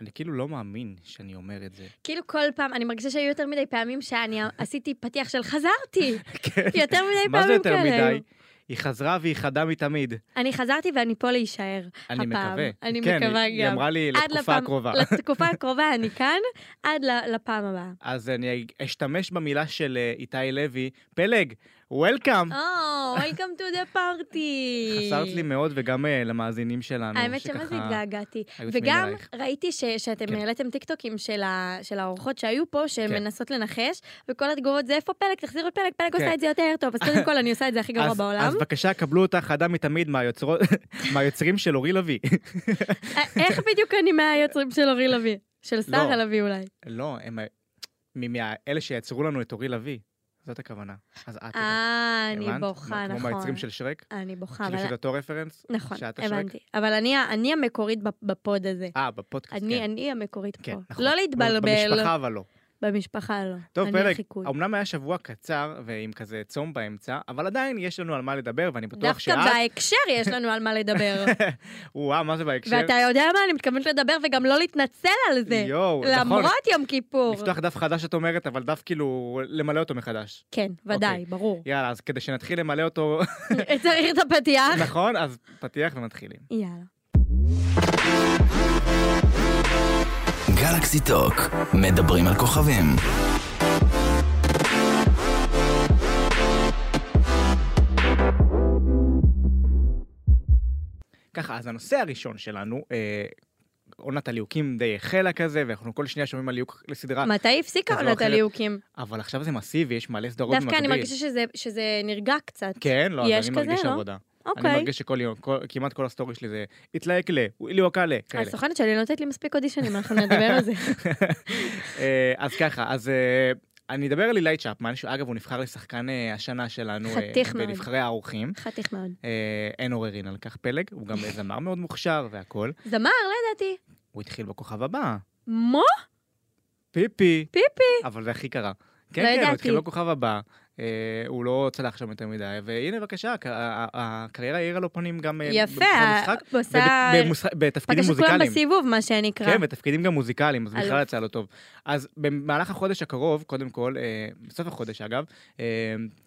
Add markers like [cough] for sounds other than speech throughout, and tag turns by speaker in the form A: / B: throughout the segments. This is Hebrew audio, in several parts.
A: אני כאילו לא מאמין שאני אומר
B: [laughs]
A: את זה.
B: כאילו כל פעם, אני מרגישה שהיו יותר מדי פעמים שאני עשיתי פתיח של
A: [laughs]
B: חזרתי.
A: כן.
B: יותר מדי
A: [laughs] מה זה
B: פעמים
A: יותר
B: כאלה היו.
A: מדי? היא חזרה והיא חדה מתמיד.
B: אני חזרתי ואני פה להישאר.
A: אני
B: הפעם.
A: מקווה.
B: אני
A: כן,
B: מקווה
A: היא- היא
B: גם.
A: אמרה לי
B: עד
A: לתקופה [laughs]
B: לפעם-
A: הקרובה.
B: לתקופה הקרובה אני כאן, עד ל- לפעם הבאה.
A: אז אני אשתמש במילה של אה, איתי לוי, פלג, וולקאם.
B: או, Oh, Welcome to the party.
A: חסרת לי מאוד וגם אה, למאזינים שלנו.
B: האמת שמה זה
A: שככה-
B: התגעגעתי.
A: היו צמאים
B: וגם
A: אלייך.
B: ראיתי ש- שאתם
A: כן.
B: העליתם טיקטוקים של ה- של האורחות שהיו פה, שהן
A: כן.
B: מנסות לנחש, וכל התגובות זה איפה פלג, תחזירו את פלג, פלג
A: כן.
B: עושה את זה יותר טוב. אז קודם כל אני עושה את זה הכי גרוע
A: אז-
B: בעולם.
A: אז בבקשה, קבלו אותה חדה מתמיד
B: [laughs]
A: מהיוצרות- מהיוצרים של אורי לביא. [laughs]
B: אה, איך בדיוק אני מהיוצרים של אורי לביא? של שרה לביא אולי.
A: לא, הם ה- מ- מאלה שיצרו לנו את אורי לביא. זאת הכוונה. אז את...
B: אה, אני
A: הבנת?
B: בוכה,
A: כמו מהיצרים
B: נכון.
A: של שרק?
B: אני בוכה,
A: כאילו
B: אבל...
A: שזה אותו רפרנס?
B: נכון,
A: שאת השרק?
B: הבנתי. אבל אני ה- אני המקורית בפ- בפוד הזה.
A: אה, בפודקאסט,
B: אני
A: כן.
B: אני המקורית פה.
A: כן, נכון.
B: לא להתבלבל.
A: במשפחה אבל לא.
B: במשפחה לא.
A: טוב,
B: אני
A: פלג,
B: החיקוי.
A: אמנם היה שבוע קצר ועם כזה צום באמצע, אבל עדיין יש לנו על מה לדבר, ואני בטוח
B: דווקא
A: שאת...
B: בהקשר יש לנו על
A: [laughs]
B: מה לדבר.
A: וואו, מה זה בהקשר?
B: ואתה יודע מה, אני מתכוונת לדבר וגם לא להתנצל על זה.
A: יואו, נכון.
B: למרות יום כיפור.
A: לפתוח דף חדש את אומרת, אבל דף כאילו למלא אותו מחדש.
B: כן, ודאי,
A: אוקיי. [laughs]
B: ברור.
A: יאללה, אז כדי שנתחיל למלא
B: [laughs]
A: אותו,
B: צריך את הפתיח.
A: נכון? אז פתיח ומתחילים.
B: יאללה.
C: גלקסי טוק, מדברים על כוכבים.
A: ככה, אז הנושא הראשון שלנו, אה, עונת הליהוקים די החלה כזה, ואנחנו כל שנייה שומעים על ליהוק לסדרה,
B: מתי הפסיקה
A: כזו או
B: עונת
A: לא, אחרת.
B: הליהוקים?
A: אבל עכשיו זה מסיבי, יש מלא סדרות במקביל.
B: דווקא אני מרגישה שזה- שזה נרגע קצת.
A: כן, לא, אז
B: יש
A: אני
B: כזה,
A: מרגיש
B: לא?
A: עבודה. אני
B: אוקיי.
A: מרגיש שכל יום, כל- כמעט כל הסטורי שלי זה התלהק ל, ליהוקה ל, כאלה.
B: הסוכנת שלי נותנת לי מספיק אודישנים, אנחנו נדבר על
A: [laughs]
B: זה. אוקיי.
A: אה, אז ככה, אז אה, אני אדבר על אילי צ'פמן, שאגב, הוא נבחר לשחקן אה, השנה שלנו. אה,
B: חתיך מאוד.
A: בנבחרי האורחים.
B: חתיך מאוד.
A: אה, אין עוררין על כך פלג, הוא גם זמר מאוד מוכשר והכול.
B: זמר, לא ידעתי.
A: הוא התחיל בכוכב הבא,
B: מו?
A: פיפי.
B: פיפי.
A: אבל זה הכי קרה. כן,
B: לא
A: כן, הוא
B: ידעתי.
A: התחיל בכוכב הבא, אה, הוא לא צלח שם יותר מדי, והנה בבקשה, הק- ה- ה- הקריירה האירה לו פנים גם אה,
B: יפה.
A: בכל משחק,
B: הוא עושה...
A: ובמוס- בתפקידים
B: פגש את כולם
A: מוזיקליים.
B: בסיבוב, מה שנקרא.
A: כן, בתפקידים גם מוזיקליים, אז בכלל
B: אלוף.
A: יצא לו טוב. אז במהלך החודש הקרוב, קודם כל, אה, בסוף החודש אגב, אה,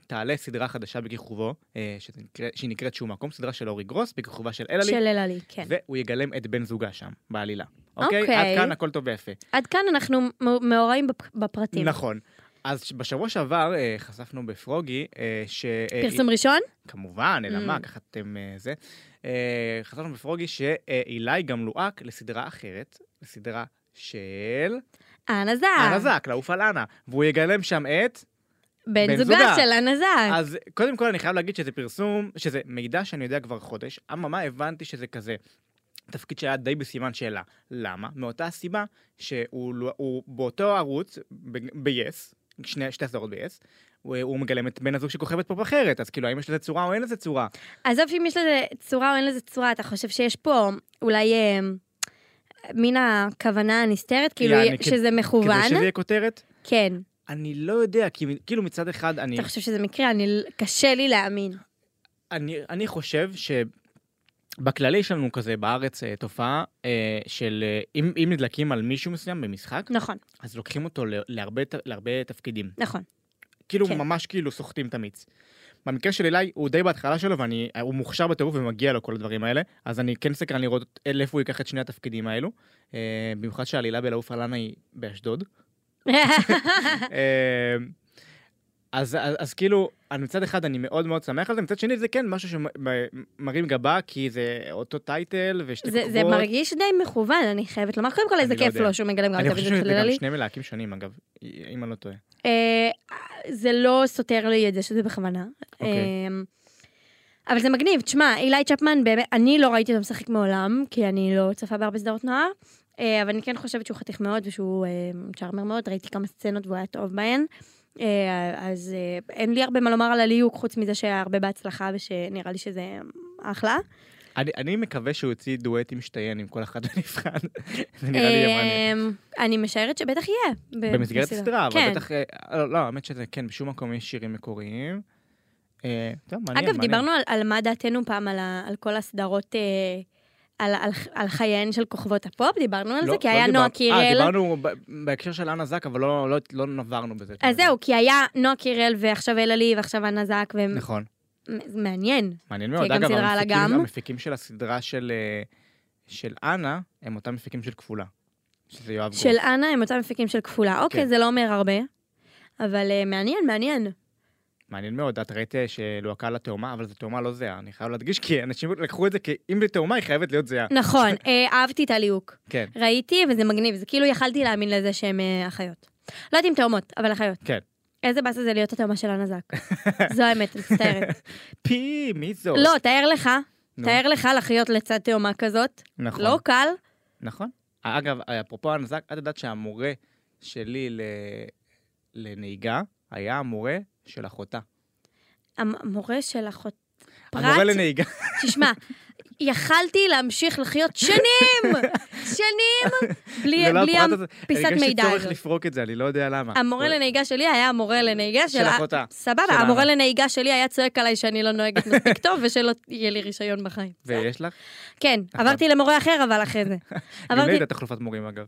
A: תעלה סדרה חדשה בכיכובו, אה, שנקרא- שהיא נקראת שום מקום, סדרה של אורי גרוס, בכיכובה של אלעלי,
B: של אלעלי, כן.
A: והוא יגלם את בן זוגה שם, בעלילה. אוקיי?
B: אוקיי.
A: עד כאן הכל טוב ויפה.
B: עד כאן אנחנו מ- מעורבים בפ- בפרטים.
A: נכון. אז ש- בשבוע שעבר אה, חשפנו בפרוגי, אה, ש... אה,
B: פרסום ראשון?
A: כמובן, אלא מה,
B: Mm.
A: ככה אתם אה, זה. אה, חשפנו בפרוגי שאילי גם לואק לסדרה אחרת, לסדרה של...
B: אנה זק.
A: אנה זק, לעוף על אנה, והוא יגלם שם את... בן
B: בן זוגה
A: זוגה.
B: של אנה זק.
A: אז קודם כל אני חייב להגיד שזה פרסום, שזה מידע שאני יודע כבר חודש, אממה הבנתי שזה כזה תפקיד שהיה די בסימן שאלה. למה? מאותה הסיבה שהוא לא- הוא באותו ערוץ, ב-yes, שני- שתי הסדרות ב-yes, הוא הוא מגלם את בן הזוג שכוכבת פה אחרת, אז כאילו האם יש לזה צורה או אין לזה צורה.
B: עזוב אם יש לזה צורה או אין לזה צורה, אתה חושב שיש פה אולי אה, מן הכוונה הנסתרת, כאילו
A: יעני, כ-
B: שזה
A: כדי
B: מכוון?
A: שזה יהיה כותרת?
B: כן.
A: אני לא יודע, כי מ- כאילו מצד אחד אני...
B: אתה חושב שזה מקרה? אני... קשה לי להאמין.
A: אני, אני חושב שבכללי יש לנו כזה בארץ אה, תופעה אה, של אה, אם, אם נדלקים על מישהו מסוים במשחק,
B: נכון,
A: אז לוקחים אותו ל- להרבה, ת- להרבה תפקידים.
B: נכון.
A: כאילו
B: כן.
A: כן. ממש כאילו סוחטים את המיץ. במקרה של אלי, הוא די בהתחלה שלו, והוא מוכשר בטירוף ומגיע לו כל הדברים האלה, אז אני כן סקרן לראות לאיפה הוא ייקח את שני התפקידים האלו. אה, במיוחד שהעלילה בלעוף עלנה היא באשדוד. אה, אז, אז, אז כאילו, אני מצד אחד אני מאוד מאוד שמח על זה, מצד שני זה כן משהו שמרים גבה, כי זה אותו טייטל ושתי
B: [laughs] זה, זה מרגיש די מכוון, אני חייבת לומר. קודם כל, איזה
A: לא
B: כיף
A: יודע.
B: לו שהוא מגלם גם את
A: אני חושב
B: דוד
A: שזה גם
B: חללי.
A: שני מלהקים שונים אגב, אם אני לא טועה.
B: אה, זה לא סותר לי את זה שזה בכוונה.
A: אוקיי.
B: אה, אבל זה מגניב, תשמע, אילי צ'פמן, באמת, אני לא ראיתי אותו משחק מעולם, כי אני לא צופה בהרבה סדרות נוער, אה, אבל אני כן חושבת שהוא חתיך מאוד ושהוא אה, צ'ארמר מאוד, ראיתי כמה סצנות והוא היה טוב בהן. אה, אז אה, אין לי הרבה מה לומר על הליהוק, חוץ מזה שהיה הרבה בהצלחה ושנראה לי שזה אחלה.
A: אני, אני מקווה שהוא יוציא דואט עם שטיין עם כל אחד בנפרד, [laughs] זה נראה לי יהיה מעניין.
B: אה, אני משערת שבטח יהיה. ב-
A: במסגרת
B: בסדרה.
A: הסדרה, אבל
B: כן.
A: בטח, אה, לא, לא, האמת שזה כן, בשום מקום יש שירים מקוריים. אה, טוב, מעניין,
B: אגב,
A: מעניין.
B: דיברנו על, על מה דעתנו פעם, על, ה, על כל הסדרות אה, על, על, על חייהן של כוכבות הפופ, דיברנו על
A: לא-
B: זה, כי
A: לא
B: היה
A: דיבר-
B: נועה
A: אה,
B: קירל.
A: דיברנו ב- בהקשר של אנה זק, אבל לא- לא- לא נברנו בזה.
B: אז זהו, כי היה נועה קירל ועכשיו אלה לי ועכשיו אנה זק, והם...
A: נכון.
B: זה מעניין.
A: מעניין מאוד.
B: גם
A: אגב,
B: סדרה על
A: המפיקים-
B: אגם.
A: המפיקים של הסדרה של, אה, של אנה, הם אותם מפיקים של כפולה. שזה יואב גרוס.
B: של אנה הם אותם מפיקים של כפולה. אוקיי,
A: כן.
B: זה לא אומר הרבה, אבל אה, מעניין, מעניין.
A: מעניין מאוד, את ראית שלוהקה לה תאומה, אבל זו תאומה לא זהה, אני חייב להדגיש, כי אנשים לקחו את זה, כי אם זה תאומה, היא חייבת להיות זהה.
B: [laughs]
A: [laughs]
B: נכון, אה, אהבתי את הליהוק.
A: כן.
B: ראיתי, וזה מגניב, זה כאילו יכלתי להאמין לזה שהן אה, אחיות. לא יודעת אם תאומות, אבל אחיות.
A: כן.
B: איזה באסה זה להיות התאומה של הנזק.
A: [laughs]
B: זו האמת, אני מצטערת.
A: פי, מי זאת?
B: לא, תאר לך,
A: נו,
B: תאר לך לחיות לצד תאומה כזאת.
A: נכון.
B: לא קל.
A: נכון. אגב, אפרופו הנזק, את יודעת שהמורה שלי ל- לנהיגה היה המורה של אחותה.
B: המורה של אחות...
A: המורה
B: פרט?
A: לנהיגה.
B: תשמע, יכלתי להמשיך לחיות שנים!
A: [laughs]
B: שנים! בלי,
A: זה לא
B: בלי
A: הפרט הזה.
B: פיסת מידע
A: הרגשתי צורך
B: הזאת.
A: לפרוק את זה, אני לא יודע למה.
B: המורה לנהיגה שלי היה המורה לנהיגה של...
A: של
B: ה-
A: אחותה. של
B: סבבה, המורה
A: אנה.
B: לנהיגה שלי היה צועק עליי שאני לא נוהגת מספיק טוב ושלא יהיה לי רישיון בחיים.
A: ויש לך?
B: כן,
A: נכון.
B: עברתי למורה אחר, אבל
A: [laughs]
B: אחרי זה.
A: גם לי
B: עברתי...
A: הייתה תחלופת מורים, אגב.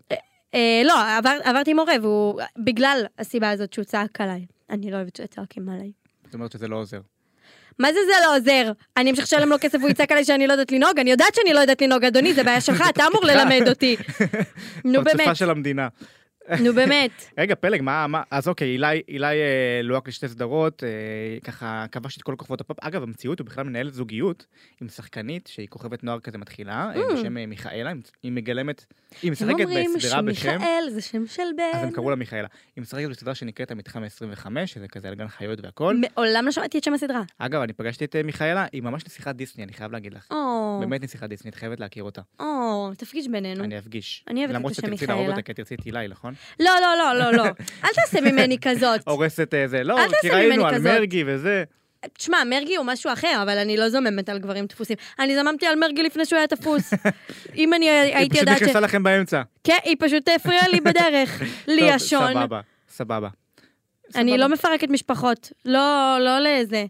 B: אה, לא, עבר- עברתי מורה, והוא... בגלל הסיבה הזאת שהוא צעק עליי. אני לא אוהבת שצועקים עליי.
A: זאת אומרת שזה לא עוזר.
B: מה זה זה לא עוזר? אני אמשיך לשלם לו כסף, הוא יצעק עליי שאני לא יודעת לנהוג? אני יודעת שאני לא יודעת לנהוג, אדוני, זה בעיה שלך, אתה
A: [laughs]
B: אמור ללמד אותי. נו
A: פרצופה
B: באמת,
A: של המדינה.
B: נו באמת.
A: רגע, פלג, מה, מה, אז אוקיי, אילי, אילי אה, לוהק לשתי סדרות, אה, ככה כבש את כל כוכבות הפופ. אגב, במציאות הוא בכלל מנהלת זוגיות עם שחקנית שהיא כוכבת נוער כזה מתחילה, אה,
B: Mm.
A: בשם אה, מיכאלה, היא- היא מגלמת, היא
B: הם
A: [laughs] משחקת
B: אומרים
A: בסדרה בשם,
B: שמיכאל זה שם של
A: אז הם
B: בן.
A: קראו לה מיכאלה. היא משחקת בסדרה שנקראת המתחם 25, שזה כזה על גן חיות והכל.
B: מעולם לא שמעתי את שם הסדרה.
A: אגב, אני פגשתי את אה, מיכאלה, היא ממש נסיכת דיסני, אני חייב להגיד לך.
B: או,
A: באמת נסיכת דיסני, את חייבת להכיר אותה.
B: או, תפגיש בינינו.
A: אני אפגיש.
B: אני אוהבת את
A: למרות
B: השם
A: שתרצי להרוג
B: מיכאלה.
A: אותה, כי תרצי את הילי, נכון?
B: לא, לא, לא, לא, לא. אל תעשה ממני
A: [laughs]
B: כזאת.
A: הורסת אה, זה, לא,
B: אל תעשה
A: כי ראינו
B: ממני
A: על
B: כזאת.
A: מרגי וזה.
B: תשמע, מרגי הוא משהו אחר, אבל אני לא זוממת על גברים תפוסים. אני זממתי על מרגי לפני שהוא היה
A: [laughs]
B: תפוס. אם אני
A: היא
B: הייתי
A: פשוט
B: יודעת ש...
A: נכנסה לכם באמצע.
B: כן, היא פשוט הפריעה לי בדרך. לי
A: [laughs] טוב,
B: ישון.
A: סבבה, סבבה.
B: אני
A: סבבה.
B: לא מפרקת משפחות. לא, לא לזה.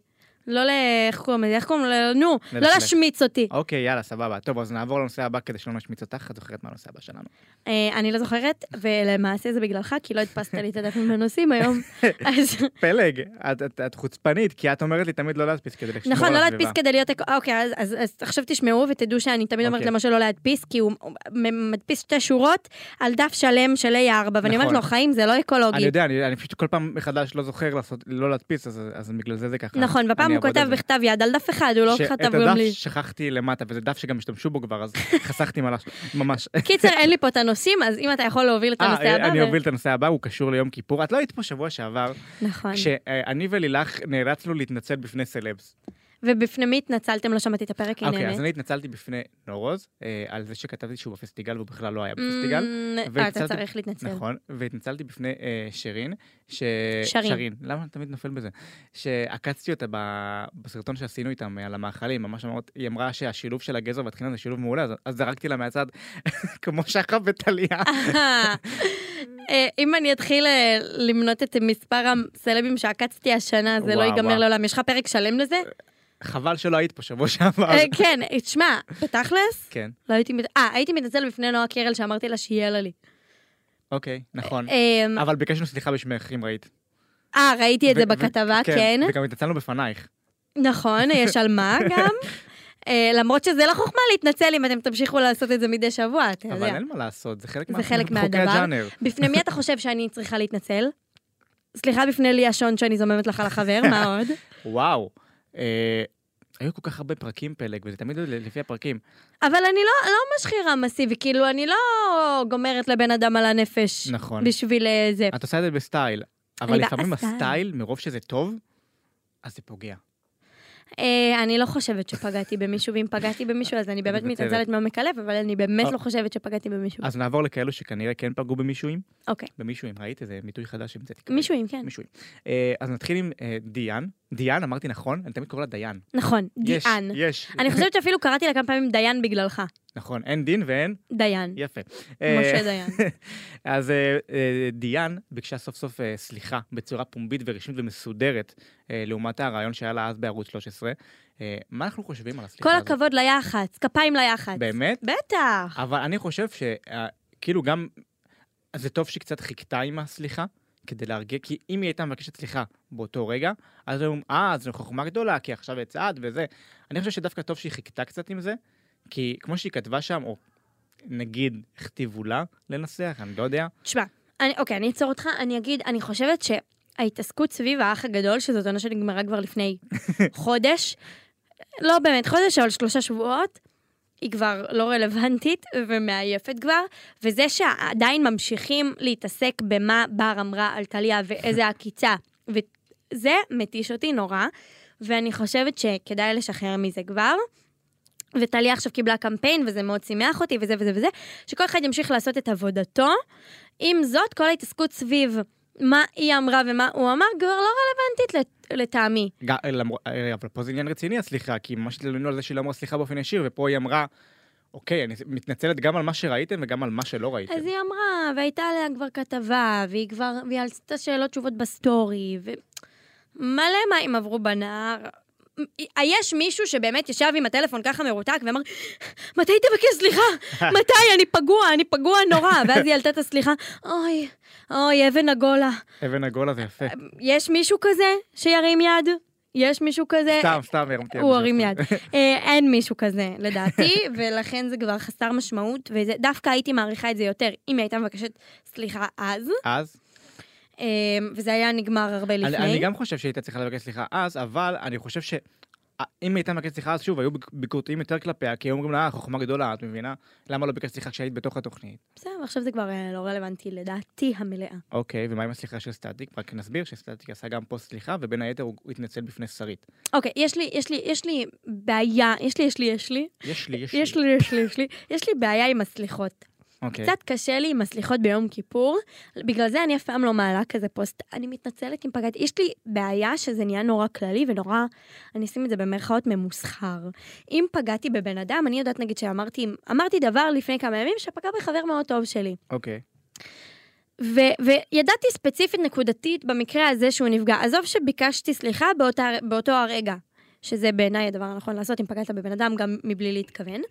B: לא ל... איך קוראים לזה? איך קוראים לזה? נו, לא
A: ללכלך.
B: להשמיץ אותי.
A: אוקיי, יאללה, סבבה. טוב, אז נעבור לנושא הבא כדי שלא נשמיץ אותך, את זוכרת מה הנושא הבא שלנו.
B: אה, אני לא זוכרת, ולמעשה זה בגללך, כי לא הדפסת לי את הדפים
A: [laughs]
B: לנושאים היום. אז
A: פלג, את- את- את חוצפנית, כי את אומרת לי תמיד לא להדפיס כדי לשמור על הסביבה.
B: נכון, לא להדפיס כדי להיות... אק- אוקיי, אז- אז אז עכשיו תשמעו ותדעו שאני תמיד אומרת
A: אוקיי.
B: למשה לא להדפיס, כי הוא הוא מ- מדפיס שתי שורות על דף שלם של A4, ואני אומרת
A: נכון.
B: לו, חיים זה לא
A: אני
B: אקולוגי.
A: יודע, אני אני פשוט כל פעם מחדש לא זוכר לעשות- לא להדפיס, אז- אז בגלל זה זה ככה.
B: נכון, והפעם
A: אני
B: הוא
A: אעבוד
B: כותב
A: על זה.
B: בכתב יד על דף אחד, הוא לא
A: שאת
B: כתב גם לי.
A: הדף שכחתי למטה, וזה דף שגם השתמשו בו כבר, אז חסכתי ממש- ממש.
B: [laughs] קיצר, אין לי פה את הנושאים, אז אם אתה יכול להוביל את הנושא
A: אה,
B: הבא.
A: אני
B: ו-
A: אוביל את הנושא הבא, הוא קשור ליום כיפור. את לא היית פה שבוע שעבר,
B: נכון.
A: כשאני ולילך נאלצנו להתנצל בפני סלבס.
B: ובפני מי התנצלתם? לא שמעתי את הפרק, היא
A: אוקיי, אז
B: נהנית.
A: אני התנצלתי בפני נורוז, אה, על זה שכתבתי שהוא בפסטיגל והוא בכלל לא היה
B: Mm,
A: בפסטיגל.
B: מ, אה, אתה
A: והתנצלתי-
B: צריך להתנצל.
A: נכון, והתנצלתי בפני אה, שירין, ש...
B: שרין.
A: למה אני תמיד נופל בזה? שעקצתי אותה ב... בסרטון שעשינו איתם אה, על המאכלים, ממש אמרת, היא אמרה שהשילוב של הגזר והטחינה זה שילוב מעולה, אז, אז זרקתי לה מהצד, [laughs] כמו שחר
B: [laughs]
A: וטליה.
B: [laughs] אה, אם אני אתחיל אה, למנות את מספר הסלבים שעקצתי השנה, זה לא
A: וואו,
B: ייגמר
A: וואו.
B: לעולם. יש לך פרק שלם לזה?
A: חבל שלא היית פה שבוע שעבר.
B: אה, כן, אה, תשמע, בתכלס,
A: כן,
B: לא הייתי מת... אה, הייתי מתנצל בפני נועה קירל שאמרתי לה שיהיה לה לי.
A: אוקיי, נכון.
B: אמ,
A: אבל ביקשנו סליחה בשמך, אם ראית.
B: אה, ראיתי את
A: ו-
B: זה
A: ו-
B: בכתבה, כן.
A: וגם התנצלנו בפנייך. [laughs]
B: נכון, יש על מה גם. אה, למרות שזה לא חוכמה להתנצל אם אתם תמשיכו לעשות את זה מדי שבוע, אתה
A: אבל
B: יודע.
A: אין מה לעשות, זה חלק
B: זה
A: מה-
B: חלק
A: מחוקי
B: מהדבר.
A: הג'אנר.
B: בפני מי אתה חושב שאני צריכה להתנצל? סליחה בפני ליה שון שאני זוממת לך על החבר,
A: [laughs]
B: מה עוד?
A: וואו. אה, היו כל כך הרבה פרקים פלג, וזה תמיד ל- לפי הפרקים.
B: אבל אני לא, לא משחירה מסיבי, כאילו, אני לא גומרת לבן אדם על הנפש.
A: נכון.
B: בשביל אה, זה.
A: את עושה את זה בסטייל, אבל
B: אני
A: לפעמים
B: בסטייל.
A: הסטייל, מרוב שזה טוב, אז זה פוגע.
B: אה, אני לא חושבת שפגעתי במישהו, ואם פגעתי במישהו, אז אני באמת
A: מתנצלת.
B: מתנצלת מעומק הלב, אבל אני באמת
A: אה.
B: לא חושבת שפגעתי במישהו.
A: אז נעבור לכאלו שכנראה כן פגעו במישואים.
B: אוקיי.
A: במישואים, ראית? זה ביטוי חדש שהמצאתי. כרגע.
B: מישהו אם כן.
A: מישואים. אה, אז נתחיל עם אה, דיאן. דיאן, אמרתי נכון? אני תמיד קורא לה דיין.
B: נכון,
A: יש,
B: דיאן.
A: יש.
B: אני חושבת שאפילו קראתי לה כמה פעמים דיין בגללך.
A: נכון, אין דין ואין,
B: דיין.
A: יפה.
B: משה
A: אה,
B: דיין.
A: אז אה, אה, דיאן ביקשה סוף סוף אה, סליחה בצורה פומבית ורשמית ומסודרת אה, לעומת הרעיון שהיה לה אז בערוץ 13. אה, מה אנחנו חושבים על הסליחה
B: כל
A: הזאת?
B: הכבוד ליח"צ, כפיים ליח"צ.
A: באמת?
B: בטח.
A: אבל אני חושב שכאילו גם, זה טוב שהיא קצת חיכתה עם הסליחה, כדי להרגיע, כי אם היא הייתה מבקשת סליחה באותו רגע, אז היו אומרים, אה, זו חוכמה גדולה, כי עכשיו הצעד וזה. אני חושב שדווקא טוב שהיא חיכתה קצת עם זה, כי כמו שהיא כתבה שם, או נגיד, הכתיבו לה לנסח, אני לא יודע.
B: תשמע, אני- אוקיי, אני אעצור אותך, אני אגיד, אני חושבת שההתעסקות סביב האח הגדול, שזאת עונה שנגמרה כבר לפני חודש, לא באמת חודש, אבל שלושה שבועות, היא כבר לא רלוונטית ומעייפת כבר, וזה שעדיין ממשיכים להתעסק במה בר אמרה על טליה ואיזה עקיצה, וזה מתיש אותי נורא, ואני חושבת שכדאי לשחרר מזה כבר. וטליה עכשיו קיבלה קמפיין, וזה מאוד שימח אותי, וזה וזה וזה, שכל אחד ימשיך לעשות את עבודתו. עם זאת, כל ההתעסקות סביב מה היא אמרה ומה הוא אמר כבר לא רלוונטית לט- לטעמי.
A: ג- למר- אה, אבל פה זה עניין רציני, הסליחה, כי ממש התלוננו על זה שהיא לא אמרה סליחה באופן ישיר, ופה היא אמרה, אוקיי, אני מתנצלת גם על מה שראיתם וגם על מה שלא ראיתם.
B: אז היא אמרה, והייתה עליה כבר כתבה, והיא כבר, והיא עשתה שאלות תשובות בסטורי, ומלא מים עברו בנהר. יש מישהו שבאמת ישב עם הטלפון ככה מרותק ואמר, מתי תבקש סליחה? מתי? אני פגוע, אני פגוע נורא. ואז היא עלתה את הסליחה, אוי, אוי, אבן הגולה.
A: אבן הגולה זה
B: אה,
A: יפה.
B: יש מישהו כזה שירים יד? יש מישהו כזה?
A: סתם, סתם הרמתי יד.
B: אה, הוא
A: [laughs]
B: הרים יד. אה, אין מישהו כזה, לדעתי, ולכן זה כבר חסר משמעות, ודווקא הייתי מעריכה את זה יותר, אם היא הייתה מבקשת סליחה אז,
A: אז?
B: אה, וזה היה נגמר הרבה
A: אני, אני
B: לפני.
A: גם חושב שהייתה צריכה לבקש סליחה אז, אבל אני חושב ש... אה, אם הייתה מבקשת סליחה אז שוב, היו ביק- ביקורתיים יותר כלפיה, כי היו אומרים לה, "אה, חוכמה גדולה, את מבינה? למה לא ביקשת סליחה כשהיית בתוך התוכנית?
B: בסדר, עכשיו זה כבר אה, לא רלוונטי, לדעתי המלאה.
A: אוקיי, ומה עם הסליחה של סטטיק? רק נסביר שסטטיק עשה גם פה סליחה, ובין היתר הוא הוא התנצל בפני שרית.
B: אוקיי, יש לי, יש לי, יש לי בעיה, יש לי, יש לי, יש לי,
A: יש לי, יש לי.
B: יש לי, יש לי, יש לי, יש לי בעיה עם הסליחות.
A: אוקיי.
B: קצת קשה לי עם הסליחות ביום כיפור, בגלל זה אני אף פעם לא מעלה כזה פוסט. אני מתנצלת אם פגעתי. יש לי בעיה שזה נהיה נורא כללי ונורא, אני אשים את זה במרכאות, ממוסחר. אם פגעתי בבן אדם, אני יודעת נגיד שאמרתי אמרתי דבר לפני כמה ימים שפגע בחבר מאוד טוב שלי.
A: אוקיי.
B: ו- וידעתי ספציפית נקודתית במקרה הזה שהוא נפגע. עזוב שביקשתי סליחה באותה, באותו הרגע, שזה בעיניי הדבר הנכון לעשות, אם פגעת בבן אדם גם מבלי להתכוון.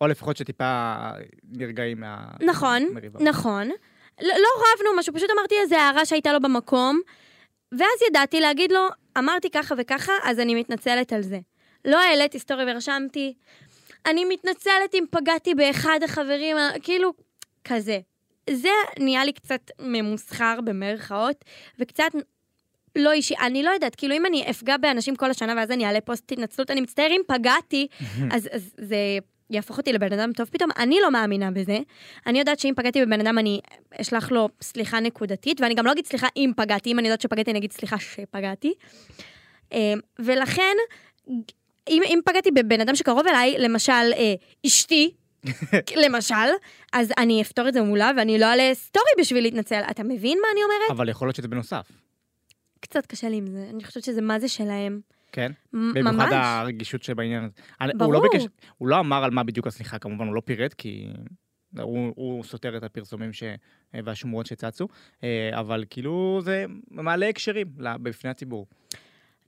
A: או לפחות שטיפה נרגעים מה...
B: נכון,
A: מריבה.
B: נכון. לא, לא רבנו משהו, פשוט אמרתי איזו הערה שהייתה לו במקום, ואז ידעתי להגיד לו, אמרתי ככה וככה, אז אני מתנצלת על זה. לא העליתי סטורי ורשמתי, אני מתנצלת אם פגעתי באחד החברים, ה- כאילו, כזה. זה נהיה לי קצת ממוסחר במרכאות, וקצת לא אישי. אני לא יודעת, כאילו, אם אני אפגע באנשים כל השנה ואז אני אעלה פוסט התנצלות, אני מצטער אם פגעתי, אז, אז זה יהפוך אותי לבן אדם טוב פתאום. אני לא מאמינה בזה. אני יודעת שאם פגעתי בבן אדם, אני אשלח לו סליחה נקודתית, ואני גם לא אגיד סליחה אם פגעתי, אם אני יודעת שפגעתי, אני אגיד סליחה שפגעתי. אה, ולכן, אם, אם פגעתי בבן אדם שקרוב אליי, למשל אה, אשתי, למשל, אז אני אפתור את זה מולה ואני לא אעלה סטורי בשביל להתנצל. אתה מבין מה אני אומרת?
A: אבל יכול להיות שזה בנוסף,
B: קצת קשה לי עם זה, אני חושבת שזה מה זה שלהם.
A: כן?
B: מ-
A: במיוחד
B: ממש.
A: הרגישות שבעניין הזה. אני- הוא
B: ברור.
A: לא ביקש, הוא לא אמר על מה בדיוק הסליחה, כמובן, הוא לא פירט, כי הוא, הוא סותר את הפרסומים ש... והשמועות שצצו, אה, אבל כאילו זה מעלה הקשרים לה- בפני הציבור.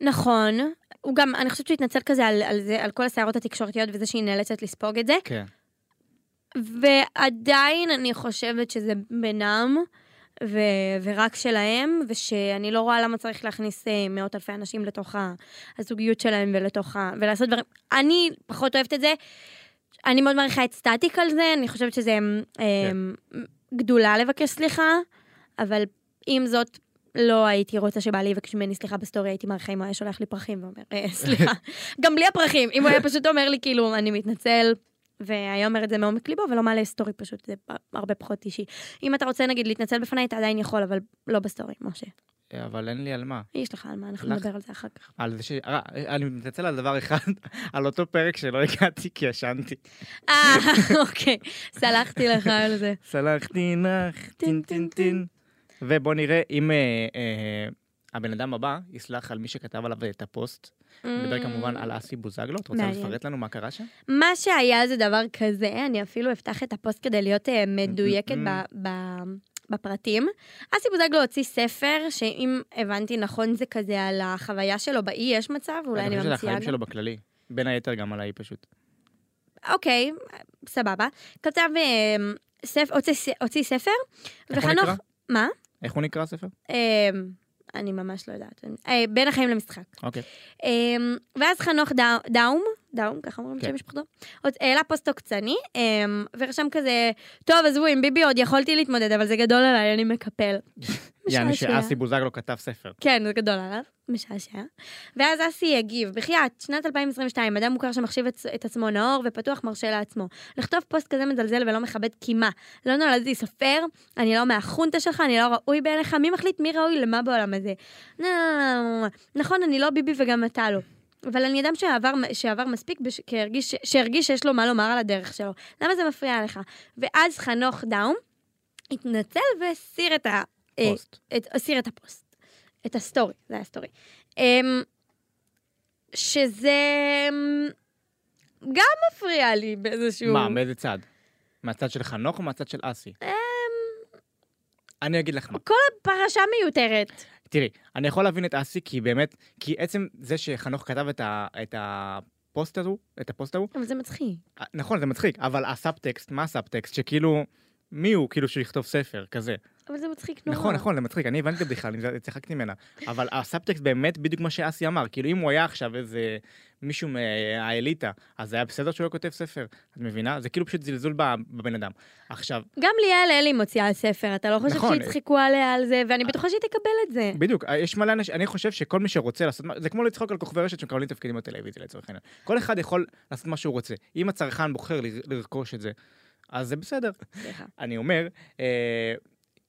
B: נכון, הוא גם, אני חושבת שהוא התנצל כזה על, על זה, על כל הסערות התקשורתיות וזה שהיא נאלצת לספוג את זה,
A: כן.
B: ועדיין אני חושבת שזה בינם, ו, ורק שלהם, ושאני לא רואה למה צריך להכניס אה, מאות אלפי אנשים לתוך ה- הזוגיות שלהם ולתוך ה... ולעשות דברים. אני פחות אוהבת את זה. אני מאוד מעריכה את סטטיק על זה, אני חושבת שזה אה, גדולה לבקש סליחה, אבל עם זאת... לא הייתי רוצה שבעלי יבקש ממני סליחה בסטורי, הייתי מעריכה אם הוא היה שולח לי פרחים ואומר, "אה, סליחה, גם בלי הפרחים, אם הוא היה פשוט אומר לי, כאילו, אני מתנצל, והיה אומר את זה מעומק ליבו, ולא מעלה סטורי פשוט, זה הרבה פחות אישי. אם אתה רוצה, נגיד, להתנצל בפניי, אתה עדיין יכול, אבל לא בסטורי, משה.
A: אה, אבל אין לי על מה.
B: יש לך על מה, אנחנו
A: לך-
B: נדבר על זה אחר כך.
A: על זה ש... אה, אני מתנצל על דבר אחד, [laughs] על אותו פרק שלא הגעתי כי ישנתי.
B: אה, [laughs] אוקיי, סלחתי לך על זה.
A: סלחתי לך, טין טין טין. ובוא נראה אם אה, אה, הבן אדם הבא יסלח על מי שכתב עליו את הפוסט. נדבר כמובן על אסי בוזגלו, את רוצה
B: Mm. מעניין.
A: לפרט לנו מה קרה שם?
B: מה שהיה זה דבר כזה, אני אפילו אפתח את הפוסט כדי להיות אה, מדויקת ב- ב- בפרטים. אסי בוזגלו הוציא ספר, שאם הבנתי נכון זה כזה על החוויה שלו באי, יש מצב? אולי אני
A: אני חושב שזה
B: ממציאה
A: החיים
B: גם.
A: שלו בכללי. בין היתר גם עליי פשוט.
B: אוקיי, סבבה. כתב, אה, ספ- הוציא ס- הוציא ספר,
A: איך הוא
B: וחנוך...
A: נקרא?
B: מה?
A: איך הוא נקרא הספר?
B: אה, אני ממש לא יודעת. אה, בין החיים למשחק.
A: אוקיי.
B: אמ, ואז חנוך דא- דאום, דאום, ככה אומרים
A: כן.
B: שם משפחתו, עוד העלה פוסט עוקצני, אמ, ורשם כזה, טוב, עזבו, עם ביבי עוד יכולתי להתמודד, אבל זה גדול עליי, אני מקפל.
A: [laughs] יעני
B: משעשע.
A: שאסי בוזגלו כתב ספר.
B: כן, זה גדול עליו, משעשע. ואז אסי הגיב, בחייאת, שנת 2022, אדם מוכר שמחשיב את, את עצמו נאור ופתוח מרשה לעצמו. לכתוב פוסט כזה מזלזל ולא מכבד קימה. לא נולדתי סופר, אני לא מהחונטה שלך, אני לא ראוי בעיניך, מי מחליט מי ראוי למה בעולם הזה? נה, נה, נה, נה, נה. נכון, אני לא ביבי וגם אתה לא. אבל אני אדם שעבר, שעבר מספיק, בש, כהרגיש, שהרגיש שיש לו מה לומר על הדרך שלו. למה זה מפריע לך? ואז חנוך דאום התנצל והסיר את ה... אה,
A: פוסט.
B: את, הסיר את הפוסט, את הסטורי, זה היה סטורי. אמ, שזה אמ, גם מפריע לי באיזשהו...
A: מה, מאיזה צד? מהצד של חנוך או מהצד של אסי?
B: אמ,
A: אני אגיד לך מה.
B: פרשה מיותרת.
A: תראי, אני יכול להבין את אסי, כי באמת, כי עצם זה שחנוך כתב את ה... את הפוסט הזו, את הפוסט ההוא,
B: אבל זה מצחיק.
A: נכון, זה מצחיק, אבל הסאבטקסט, מה הסאבטקסט? שכאילו, מי הוא כאילו שיכתוב ספר כזה?
B: אבל זה מצחיק נורא.
A: נכון, נכון, זה מצחיק, אני הבנתי את הבדיחה, אני צחקתי ממנה. אבל הסאבטקסט באמת בדיוק מה שאסי אמר, כאילו אם הוא היה עכשיו איזה מישהו מהאליטה, אז זה היה בסדר שהוא היה כותב ספר, את מבינה? זה כאילו פשוט זלזול ב- בבן אדם. עכשיו,
B: גם ליאל אלי מוציאה ספר, אתה לא חושב
A: נכון. אה.
B: שיצחקו עליה על זה, ואני בטוחה שהיא תקבל את זה.
A: בדיוק, אה, יש מלא אנשים, אני חושב שכל מי שרוצה לעשות, מה- זה כמו לצחוק על כוכבי רשת שמקבלים תפקידים בטלוויזיה לצורך העניין. כל אחד יכול לעשות מה שהוא רוצה. אם הצרכן בוחר ל- לרכוש את זה, אז זה בסדר.
B: סליחה.
A: אני אומר, אה,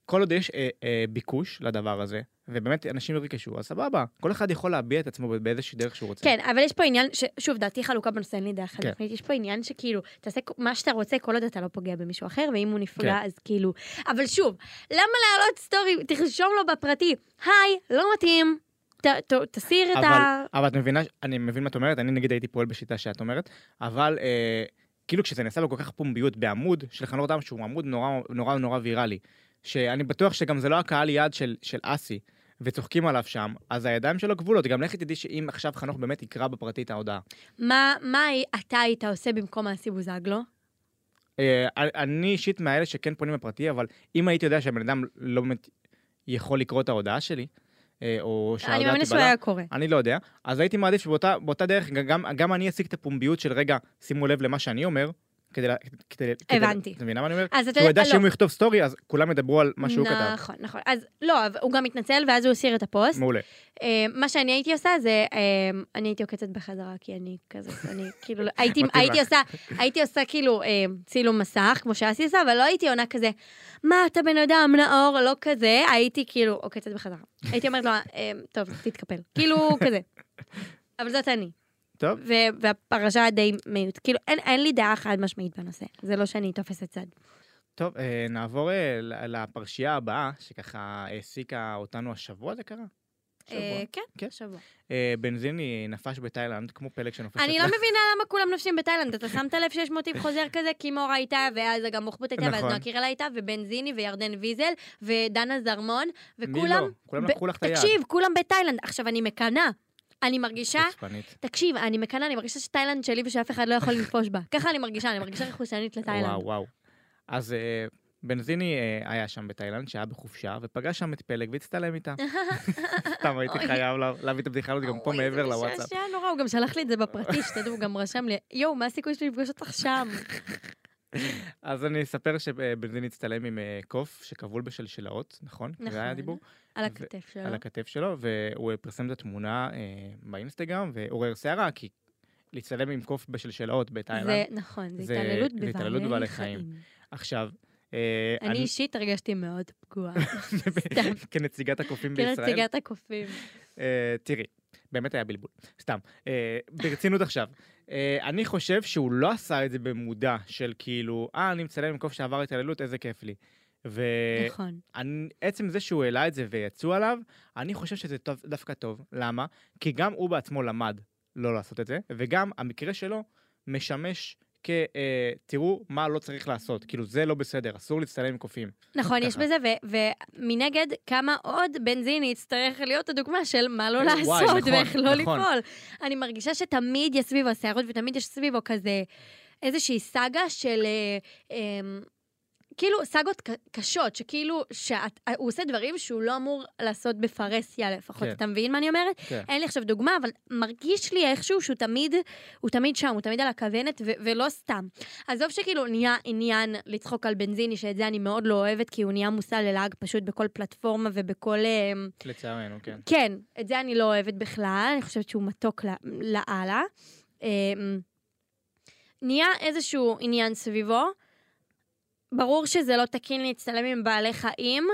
A: כל עוד יש אה, אה, ביקוש לדבר הזה, ובאמת אנשים ירכשו, אז סבבה. כל אחד יכול להביע את עצמו באיזושהי דרך שהוא רוצה.
B: כן, אבל יש פה עניין, ש... שוב, דעתי חלוקה בנושא, אין לי דעה חד
A: כן.
B: משמעית, יש פה עניין שכאילו, תעשה מה שאתה רוצה כל עוד אתה לא פוגע במישהו אחר, ואם הוא נפגע,
A: כן.
B: אז כאילו... אבל שוב, למה להעלות סטורי, תרשום לו בפרטי, היי, לא מתאים, ת, ת, תסיר את
A: אבל,
B: ה...
A: אבל את מבינה, אני מבין מה את אומרת, אני נגיד הייתי פועל בשיטה שאת אומרת, אבל אה, כאילו כשזה נעשה בכל כך פומביות בעמוד של חנוך דם, שהוא עמוד נורא נורא נורא ויראלי, שאני בטוח שגם זה לא הקהל יעד של, של אסי, וצוחקים עליו שם, אז הידיים שלו כבולות, גם לכי תדעי שאם עכשיו חנוך באמת יקרא בפרטי את ההודעה.
B: מה, מה אתה היית עושה במקום האסי בוזגלו?
A: אה, אני אישית מאלה שכן פונים בפרטי, אבל אם הייתי יודע שהבן אדם לא באמת יכול לקרוא את ההודעה שלי, אה, או שההודעה
B: אני
A: תיבלע...
B: מאמינה שהוא היה קורא.
A: אני לא יודע, אז הייתי מעדיף שבאותה באותה דרך גם, גם אני אשיג את הפומביות של רגע, שימו לב למה שאני אומר, כדי... לה- כדי כדי-
B: הבנתי.
A: את מבינה מה אני אומר?
B: אז
A: כי
B: אתה
A: הוא
B: יודע,
A: ידע שאם
B: לא.
A: הוא יכתוב סטורי, אז כולם ידברו על מה שהוא כתב.
B: נכון, נכון. אז לא, אבל הוא גם התנצל, ואז הוא הסיר את הפוסט.
A: מעולה.
B: אה, מה שאני הייתי עושה זה, אה, אני הייתי עוקצת בחזרה, כי אני כזאת,
A: [laughs]
B: אני כאילו, לא- הייתי,
A: מתאים
B: הייתי
A: לך.
B: עושה, הייתי עושה כאילו אה, צילום מסך, כמו שאסי עשה, אבל לא הייתי עונה כזה, מה, אתה בן אדם נאור, לא כזה, הייתי כאילו עוקצת בחזרה. הייתי אומרת לו, אה, טוב, תתקפל. כאילו, כזה. אבל זאת אני.
A: טוב.
B: ו- והפרשה די מיעוט. כאילו, אין, אין לי דעה חד משמעית בנושא. זה לא שאני תופסת צד.
A: טוב, אה, נעבור אה, ל- לפרשייה הבאה, שככה אה, העסיקה אותנו השבוע, זה קרה? שבוע.
B: אה, כן,
A: כן.
B: שבוע.
A: אה, בנזיני נפש בתאילנד, כמו פלג שנופש
B: אני לא
A: אצלך.
B: מבינה למה כולם נופשים בתאילנד. אתה שמת לב שיש מוטיב חוזר כזה? כי מורה הייתה, ואז גם מוחבוט הייתה, ואז
A: נכון.
B: נועה קירל הייתה, ובנזיני, וירדן ויזל, ודנה זרמון,
A: מי
B: וכולם...
A: לא? כולם
B: ב-
A: לקחו לך את היד.
B: תקשיב, כולם בתאילנד. עכשיו, אני מקנאה. אני מרגישה...
A: חוצפנית.
B: תקשיב, אני מקנאה, אני מרגישה שתאילנד שלי ושאף אחד לא יכול לנפוש בה. ככה אני מרגישה, אני מרגישה רכושנית לתאילנד.
A: וואו,
B: [laughs]
A: וואו. אז אה, בנזיני אה, היה שם בתאילנד, שהיה בחופשה, ופגש שם את פלג והצטלם איתה. סתם הייתי
B: אוי.
A: חייב לה- להביא את הבדיחה הזאת גם פה
B: אוי, זה
A: מעבר לוואטסאפ.
B: משעשע נורא, הוא גם שלח לי את זה בפרטי, שתדעו, הוא גם רשם לי, יואו, מה הסיכוי שלי לפגוש אותך שם?
A: אז אני אספר שבנזיני הצטלם עם אה, קוף שכבול בשלשלאות, נכון?
B: נכון.
A: זה היה הדיבור?
B: על
A: ו-
B: הכתף שלו.
A: על הכתף שלו, והוא פרסם את התמונה אה, באינסטגרם, ועורר סערה, כי להצטלם עם קוף בשלשלאות
B: זה,
A: בתאילנד.
B: נכון, זה
A: זה-
B: התעללות
A: זה התעללות
B: בבעלי
A: בבעלי חיים.
B: חיים.
A: עכשיו, אה,
B: אני אישית הרגשתי מאוד
A: [laughs]
B: פגועה.
A: כנציגת הקופים בישראל,
B: כנציגת הקופים.
A: אה, תראי, באמת היה בלבול. סתם. אה, ברצינות עכשיו. אה, אני חושב שהוא לא עשה את זה במודע של כאילו, אה, אני מצלם עם קוף שעבר התעללות, איזה כיף לי. ועצם
B: נכון.
A: זה שהוא העלה את זה ויצאו עליו, אני חושב שזה טוב, דווקא טוב. למה? כי גם הוא בעצמו למד לא לעשות את זה, וגם המקרה שלו משמש כ... אה, תראו מה לא צריך לעשות. כאילו, זה לא בסדר, אסור להצטלם עם קופים.
B: נכון, יש
A: ככה.
B: בזה, ו- ומנגד, כמה עוד בנזיני יצטרך להיות הדוגמה של מה לא
A: וואי,
B: לעשות
A: נכון,
B: ואיך לא
A: נכון.
B: לפעול. אני מרגישה שתמיד יש סביבו סערות ותמיד יש סביבו כזה איזושהי סאגה של... אה, אמ, כאילו סאגות ק- קשות, שכאילו, שהוא עושה דברים שהוא לא אמור לעשות בפרהסיה לפחות,
A: כן.
B: אתה מבין מה אני אומרת?
A: כן. [laughs]
B: אין לי עכשיו דוגמה, אבל מרגיש לי איכשהו שהוא תמיד, הוא תמיד שם, הוא תמיד על הכוונת, ו- ולא סתם. עזוב שכאילו נהיה עניין לצחוק על בנזיני, שאת זה אני מאוד לא אוהבת, כי הוא נהיה מושא ללעג פשוט בכל פלטפורמה ובכל... אה,
A: לצערנו, כן.
B: כן, את זה אני לא אוהבת בכלל, אני חושבת שהוא מתוק ל- לאללה. אה, נהיה איזשהו עניין סביבו. ברור שזה לא תקין להצטלם עם בעלי חיים,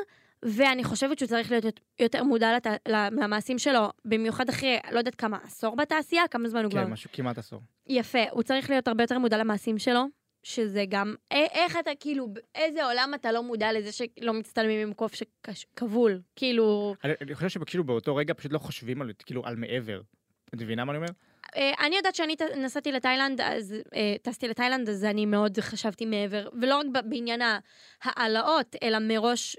B: ואני חושבת שהוא צריך להיות יותר מודע לת... למעשים שלו, במיוחד אחרי, לא יודעת כמה, עשור בתעשייה? כמה זמן הוא כבר?
A: כן, משהו כמעט אסור.
B: יפה, הוא צריך להיות הרבה יותר מודע למעשים שלו, שזה גם, א- איך אתה, כאילו, באיזה עולם אתה לא מודע לזה שלא מצטלמים עם קוף שכבול, כאילו,
A: אני, אני חושב שכאילו באותו רגע פשוט לא חושבים על, כאילו, על מעבר. את מבינה מה אני אומר?
B: אה, אני יודעת שאני ט- נסעתי לתאילנד, אז אה, טסתי לתאילנד, אז אני מאוד חשבתי מעבר, ולא רק ב- בעניין העלאות, אלא מראש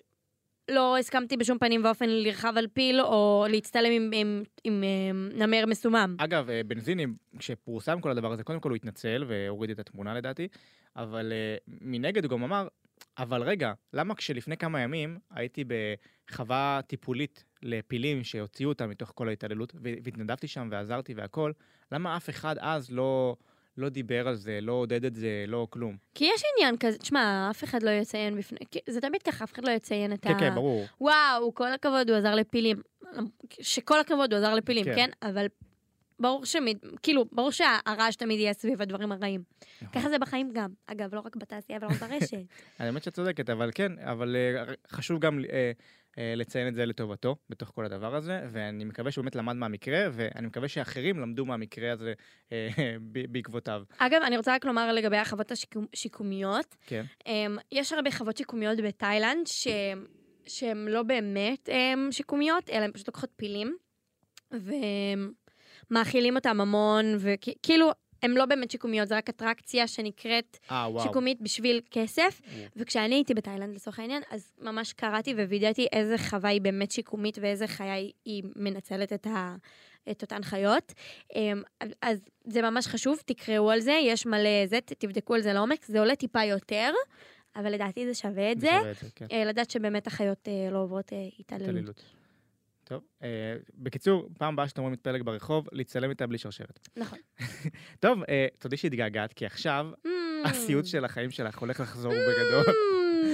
B: לא הסכמתי בשום פנים ואופן לרחב על פיל, או להצטלם עם, עם, עם, עם נמר מסומם.
A: אגב, אה, בנזיני, כשפורסם כל הדבר הזה, קודם כל הוא התנצל והוריד את התמונה לדעתי, אבל אה, מנגד הוא גם אמר, אבל רגע, למה כשלפני כמה ימים הייתי בחווה טיפולית לפילים שהוציאו אותם מתוך כל ההתעללות, ו- והתנדבתי שם ועזרתי והכל, למה אף אחד אז לא, לא דיבר על זה, לא עודד את זה, לא כלום?
B: כי יש עניין כזה, תשמע, אף אחד לא יציין בפני, כי זה תמיד ככה, אף אחד לא יציין את ה...
A: כן, כן, ברור.
B: וואו, כל הכבוד, הוא עזר לפילים. שכל הכבוד, הוא עזר לפילים,
A: כן.
B: כן? אבל ברור שמד... כאילו, ברור שהרעש תמיד יהיה סביב הדברים הרעים.
A: נכון.
B: ככה זה בחיים גם. אגב, לא רק בתעשייה ולא רק ברשת.
A: האמת שאת צודקת, אבל כן, אבל אה, חשוב גם אה, אה, לציין את זה לטובתו, בתוך כל הדבר הזה, ואני מקווה שהוא באמת למד מהמקרה, ואני מקווה שאחרים למדו מהמקרה הזה אה, [laughs] ב- בעקבותיו.
B: [laughs] אגב, אני רוצה רק לומר לגבי החוות השיקומיות.
A: כן.
B: אמ, יש הרבה חוות שיקומיות בתאילנד ש... שהן לא באמת אמ, שיקומיות, אלא הן פשוט לוקחות פילים, ומאכילים אותם המון, וכאילו, הן לא באמת שיקומיות, זה רק אטרקציה שנקראת
A: אה, וואו.
B: שיקומית בשביל כסף.
A: וואו.
B: וכשאני הייתי בתאילנד לצורך העניין, אז ממש קראתי ווידאתי איזה חווה היא באמת שיקומית ואיזה חיה היא- היא מנצלת את, ה... את אותן חיות. אמ, אז זה ממש חשוב, תקראו על זה, יש מלא זה, ת- תבדקו על זה לעומק, זה עולה טיפה יותר, אבל לדעתי זה שווה את זה.
A: שווה את זה, כן.
B: אה, לדעת שבאמת החיות אה, לא עוברות אה, התעללות.
A: התעללות. טוב, אה, בקיצור, פעם הבאה שאתם רואים את פלג ברחוב, להצטלם איתה בלי שרשרת.
B: נכון.
A: טוב, אה, תודי שהתגעגעת, כי עכשיו
B: Mm.
A: [laughs] הסיוט של החיים שלך הולך לחזור בגדול.
B: Mm.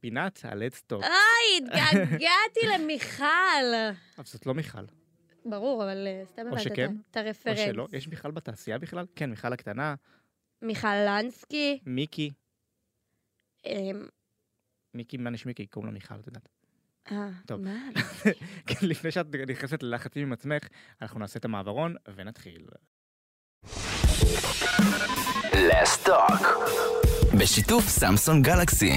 A: פינת הלדס טוב.
B: אה. היי, התגעגעתי למיכל.
A: אבל זאת לא מיכל,
B: ברור, אבל אה, סתם הבנת את
A: שכן,
B: ה- את
A: או
B: הרפרנס.
A: שלא. יש מיכל בתעשייה בכלל? כן, מיכל הקטנה,
B: מיכל לנסקי.
A: מיקי.
B: אמ,
A: מיקי מנש מיקי, קוראים לה מיכל, את יודעת. [laughs]
B: אה,
A: טוב.
B: מה?
A: כן, לפני שאת נכנסת ללחצים עם עצמך, אנחנו נעשה את המעברון ונתחיל.
C: בשיתוף סמסון גלקסי.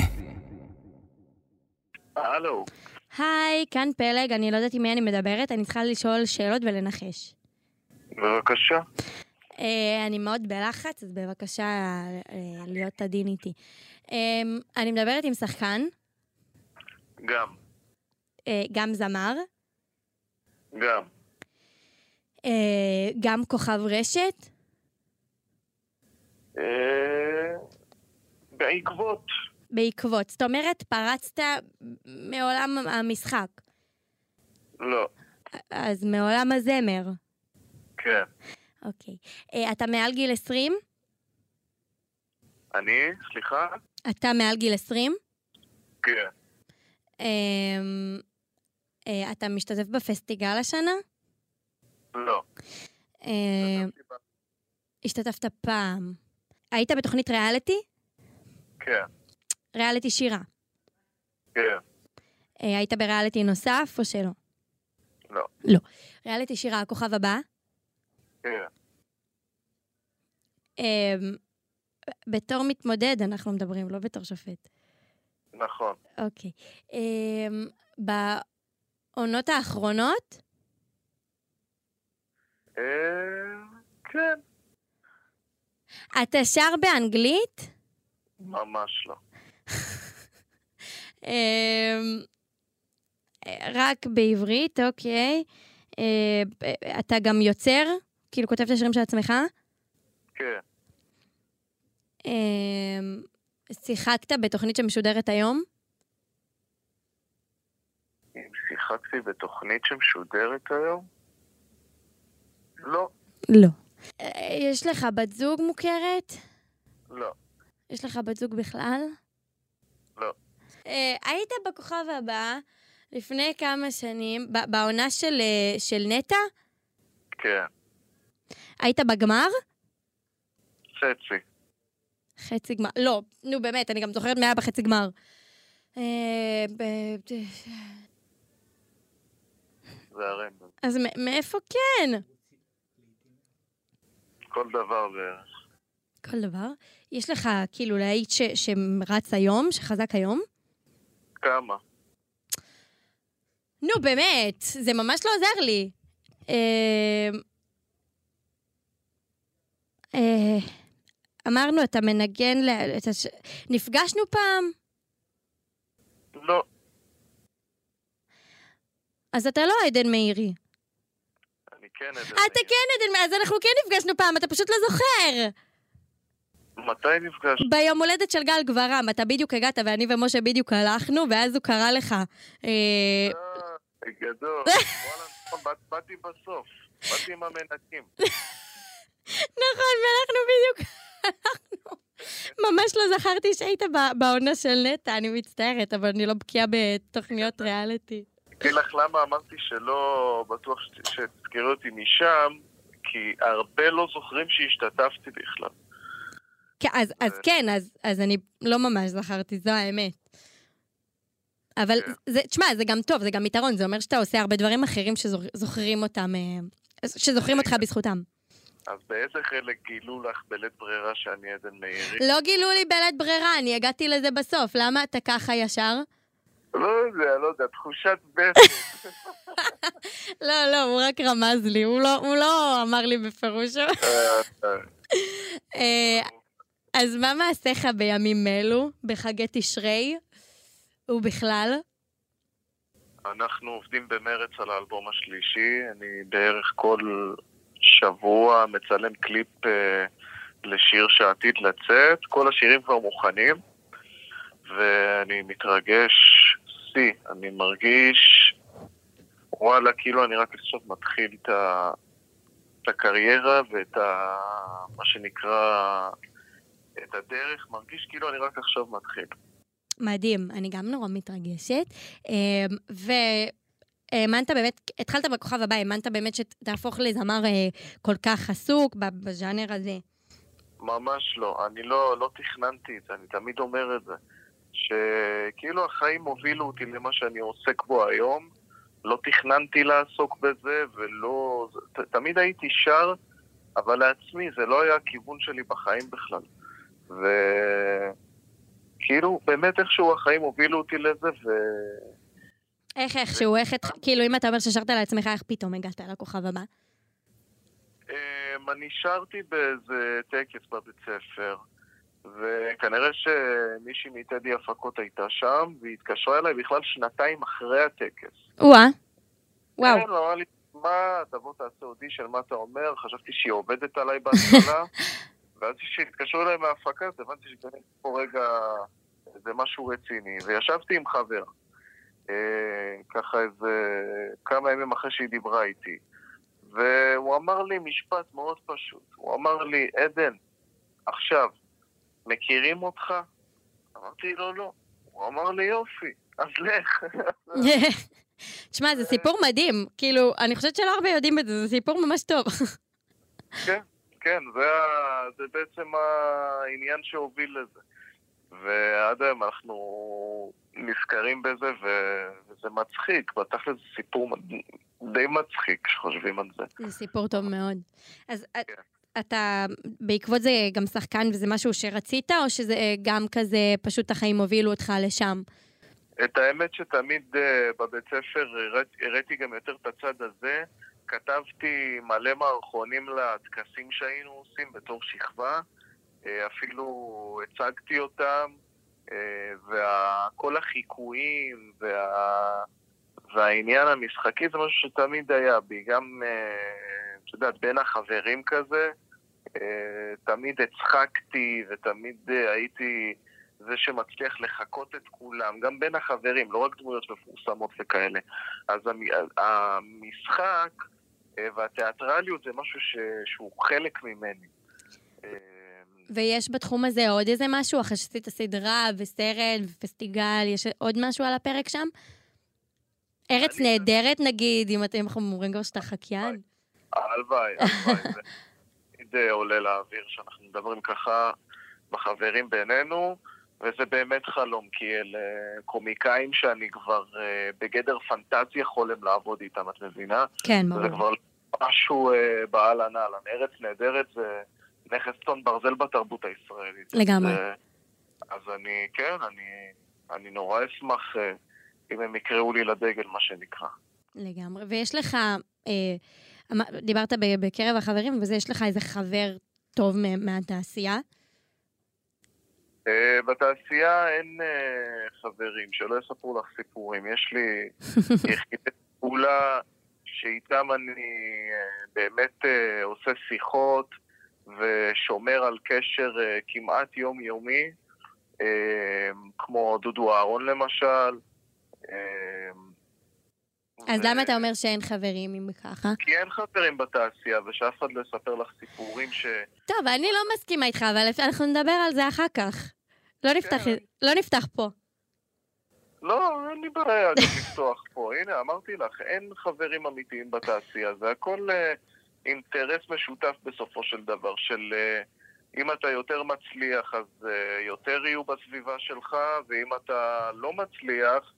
D: הלו,
B: [laughs] היי, כאן פלג, אני לא יודעת עם מי אני מדברת, אני צריכה לשאול שאלות ולנחש.
D: בבקשה.
B: אה, אני מאוד בלחץ, אז בבקשה אה, להיות עדין איתי. אה, אני מדברת עם שחקן,
D: גם,
B: אה, גם זמר,
D: גם,
B: אה, גם כוכב רשת.
D: אה, בעקבות,
B: בעקבות, זאת אומרת, פרצת מעולם המשחק,
D: לא,
B: אז מעולם הזמר.
D: כן.
B: אוקיי. אה, אתה מעל גיל 20?
D: אני, סליחה?
B: אתה מעל גיל 20?
D: כן.
B: אמ, אה, אתה משתתף בפסטיגל השנה?
D: לא,
B: אה, השתתפת פעם. היית בתוכנית ריאליטי?
D: כן,
B: ריאליטי שירה.
D: כן,
B: אה, היית בריאליטי נוסף או שלא?
D: לא,
B: ריאליטי שירה, הכוכב הבא.
D: כן,
B: אמ, בתור מתמודד אנחנו מדברים, לא בתור שופט.
D: נכון.
B: אוקיי. אמ, בעונות האחרונות,
D: אה, כן,
B: אתה שר באנגלית?
D: ממש לא.
B: אמ, רק בעברית, אוקיי. אה, ב- אתה גם יוצר? כאילו, כותב את השירים של עצמך?
D: כן,
B: אמ, שיחקת בתוכנית שמשודרת היום?
D: אם שיחקתי בתוכנית שמשודרת היום? לא,
B: לא. יש לך בת זוג מוכרת?
D: לא.
B: יש לך בת זוג בכלל?
D: לא.
B: אה, היית בכוכב הבא לפני כמה שנים, ב- בעונה של, אה, של נטע?
D: כן,
B: היית בגמר?
D: חצי.
B: חצי גמר. לא, נו באמת, אני גם זוכרת מה היה בחצי גמר. אה, ב-
D: זה הרמב"ם.
B: אז מ- מאיפה כן?
D: כל דבר בערך.
B: כל דבר. יש לך כאילו להיט ש- שרץ היום, שחזק היום?
D: כמה?
B: נו באמת, זה ממש לא עוזר לי. אה, אה, אמרנו, אתה מנגן, ל- אתה ש- נפגשנו פעם,
D: לא,
B: אז אתה לא עדן מאירי.
D: אני כן אדבר.
B: אתה כן עדן מאירי, אז אנחנו כן נפגשנו פעם, אתה פשוט לא זוכר. כן-
D: מתי נפגשת?
B: ביום הולדת של גל גברם, אתה בדיוק הגעת ואני ומשה בדיוק הלכנו, ואז הוא קרא לך. אה,
D: אה, גדול. וואלה, נכון, באת- באתי בסוף. באתי עם המנקים.
B: נכון, ואנחנו בדיוק הלכנו. ממש לא זכרתי שהיית ב- בעונה של נטע, אני מצטערת, אבל אני לא בקיאה בתוכניות ריאליטי.
D: אגיד לך למה אמרתי שלא בטוח שת- שתזכרו אותי משם, כי הרבה לא זוכרים שהשתתפתי בכלל.
B: כן, אז, אז כן, אז, אז אני לא ממש זכרתי, זו האמת. אבל, זה, תשמע, זה גם טוב, זה גם יתרון, זה אומר שאתה עושה הרבה דברים אחרים שזוכרים אותם, אה, שזוכרים אותך בזכותם.
D: אז באיזה חלק גילו לך בלית ברירה שאני עדן מאירי?
B: לא גילו לי בלית ברירה, אני הגעתי לזה בסוף, למה אתה ככה ישר?
D: לא יודע, לא יודע, תחושת בטן.
B: לא, לא, הוא רק רמז לי, הוא לא, הוא לא אמר לי בפירוש.
D: אה, אה,
B: אה, אז מה מעשיך בימים אלו, בחגי תשרי, ובכלל?
D: אנחנו עובדים במרץ על האלבום השלישי, אני בערך כל שבוע מצלם קליפ אה, לשיר שעתיד לצאת, כל השירים כבר מוכנים, ואני מתרגש שיא, אני מרגיש וואלה, כאילו אני רק עכשיו מתחיל את, ה... את הקריירה ואת ה... מה שנקרא, את הדרך, מרגיש כאילו אני רק עכשיו מתחיל.
B: מדהים, אני גם נורא מתרגשת. אמ, והאמנת באמת, התחלת בכוכב הבא, האמנת באמת שתהפוך לזמר אה, כל כך עסוק ב- בז'אנר הזה.
D: ממש לא. אני לא, לא תכננתי את זה, אני תמיד אומר את זה. שכאילו החיים הובילו אותי למה שאני עוסק בו היום. לא תכננתי לעסוק בזה, ולא... ת, תמיד הייתי שר, אבל לעצמי, זה לא היה הכיוון שלי בחיים בכלל. וכאילו, באמת איכשהו החיים הובילו אותי לזה, ו...
B: איך איכשהו, איך, התח- כאילו, אם אתה אומר ששרת לעצמך, איך פתאום הגעת לכוכב הבא?
D: אמ, אני שרתי באיזה טקס בבית ספר, וכנראה שמישהי מטדי הפקות הייתה שם, והיא התקשרה אליי בכלל שנתיים אחרי הטקס.
B: וואה. [laughs] וואו.
D: כן, אמרה לי, מה, תבוא תעשה אודישן, מה אתה אומר? חשבתי שהיא עובדת עליי בהתחלה, ואז כשהתקשרו אליי מההפקה, אז הבנתי שכנראה יש פה רגע איזה משהו רציני, וישבתי עם חבר. אה, ככה איזה כמה ימים אחרי שהיא דיברה איתי. והוא אמר לי משפט מאוד פשוט. הוא אמר לי, עדן, עכשיו, מכירים אותך? אמרתי לו, לא. הוא אמר לי, יופי, אז לך.
B: תשמע, זה סיפור מדהים. כאילו, אני חושבת שלא הרבה יודעים את זה, זה סיפור ממש [laughs] טוב.
D: כן, זה, ה- זה בעצם העניין שהוביל לזה. ועד היום אנחנו נזכרים בזה, ו- וזה מצחיק. בתכל'ס זה סיפור מד- די מצחיק כשחושבים על זה.
B: זה סיפור טוב מאוד. אז,
D: כן.
B: אתה בעקבות זה גם שחקן וזה משהו שרצית, או שזה אה, גם כזה פשוט החיים הובילו אותך לשם?
D: את האמת שתמיד אה, בבית ספר הראת- הראיתי גם יותר את הצד הזה. כתבתי מלא מערכונים לטקסים שהיינו עושים בתור שכבה. אה, אפילו הצגתי אותם, אה, וכל החיקויים וה... והעניין המשחקי זה משהו שתמיד היה בי. גם, אה, את יודעת, בין החברים כזה, אה, תמיד הצחקתי ותמיד אה, הייתי... זה שמצליח לחקות את כולם, גם בין החברים, לא רק דמויות מפורסמות וכאלה. אז המ- המשחק אה, והתיאטרליות זה משהו ש... שהוא חלק ממני. אה,
B: ויש בתחום הזה עוד איזה משהו, אחרי שעשית סדרה וסרט ופסטיגל, יש עוד משהו על הפרק שם? ארץ
D: אני- נכון.
B: נהדרת נגיד, אם אתם אנחנו אומרים כבר שאתה חקיין. [laughs]
D: הלוואי, הלוואי. זה תמיד אה, עולה לאוויר שאנחנו מדברים ככה בחברים בינינו, וזה באמת חלום, כי אלה קומיקאים שאני כבר אה, בגדר פנטזיה חולם לעבוד איתם, את מבינה?
B: כן,
D: זה
B: ברור.
D: כבר משהו אה, באהלן אהלן. ארץ נהדרת זה נכס צאן ברזל בתרבות הישראלית.
B: לגמרי.
D: זה- אז אני, כן, אני, אני נורא אשמח אה, אם הם יקראו לי לדגל, מה שנקרא.
B: לגמרי. ויש לך, אה, אמ- דיברת ב- בקרב החברים, וזה יש לך איזה חבר טוב מ- מהתעשייה?
D: אה, בתעשייה אין אה, חברים, שלא יספרו לך סיפורים. יש
B: [laughs]
D: לי יחידת פעולה שאיתם אני אה, באמת אה, עושה שיחות ושומר על קשר אה, כמעט יומיומי, אה, כמו דודו אהרון למשל. אה,
B: אז
D: ו-
B: למה אתה אומר שאין חברים אם ככה?
D: כי אין חברים בתעשייה, ושאף אחד לא יספר לך סיפורים ש...
B: טוב, אני לא מסכימה איתך, אבל אפ- אנחנו נדבר על זה אחר כך. לא נפתח,
D: כן.
B: לא נפתח פה.
D: לא, אין לי בעיה גם לפתוח פה. הנה, אמרתי לך, אין חברים אמיתיים בתעשייה. זה הכל אה, אינטרס משותף בסופו של דבר, של אה, אם אתה יותר מצליח, אז אה, יותר יהיו בסביבה שלך, ואם אתה לא מצליח,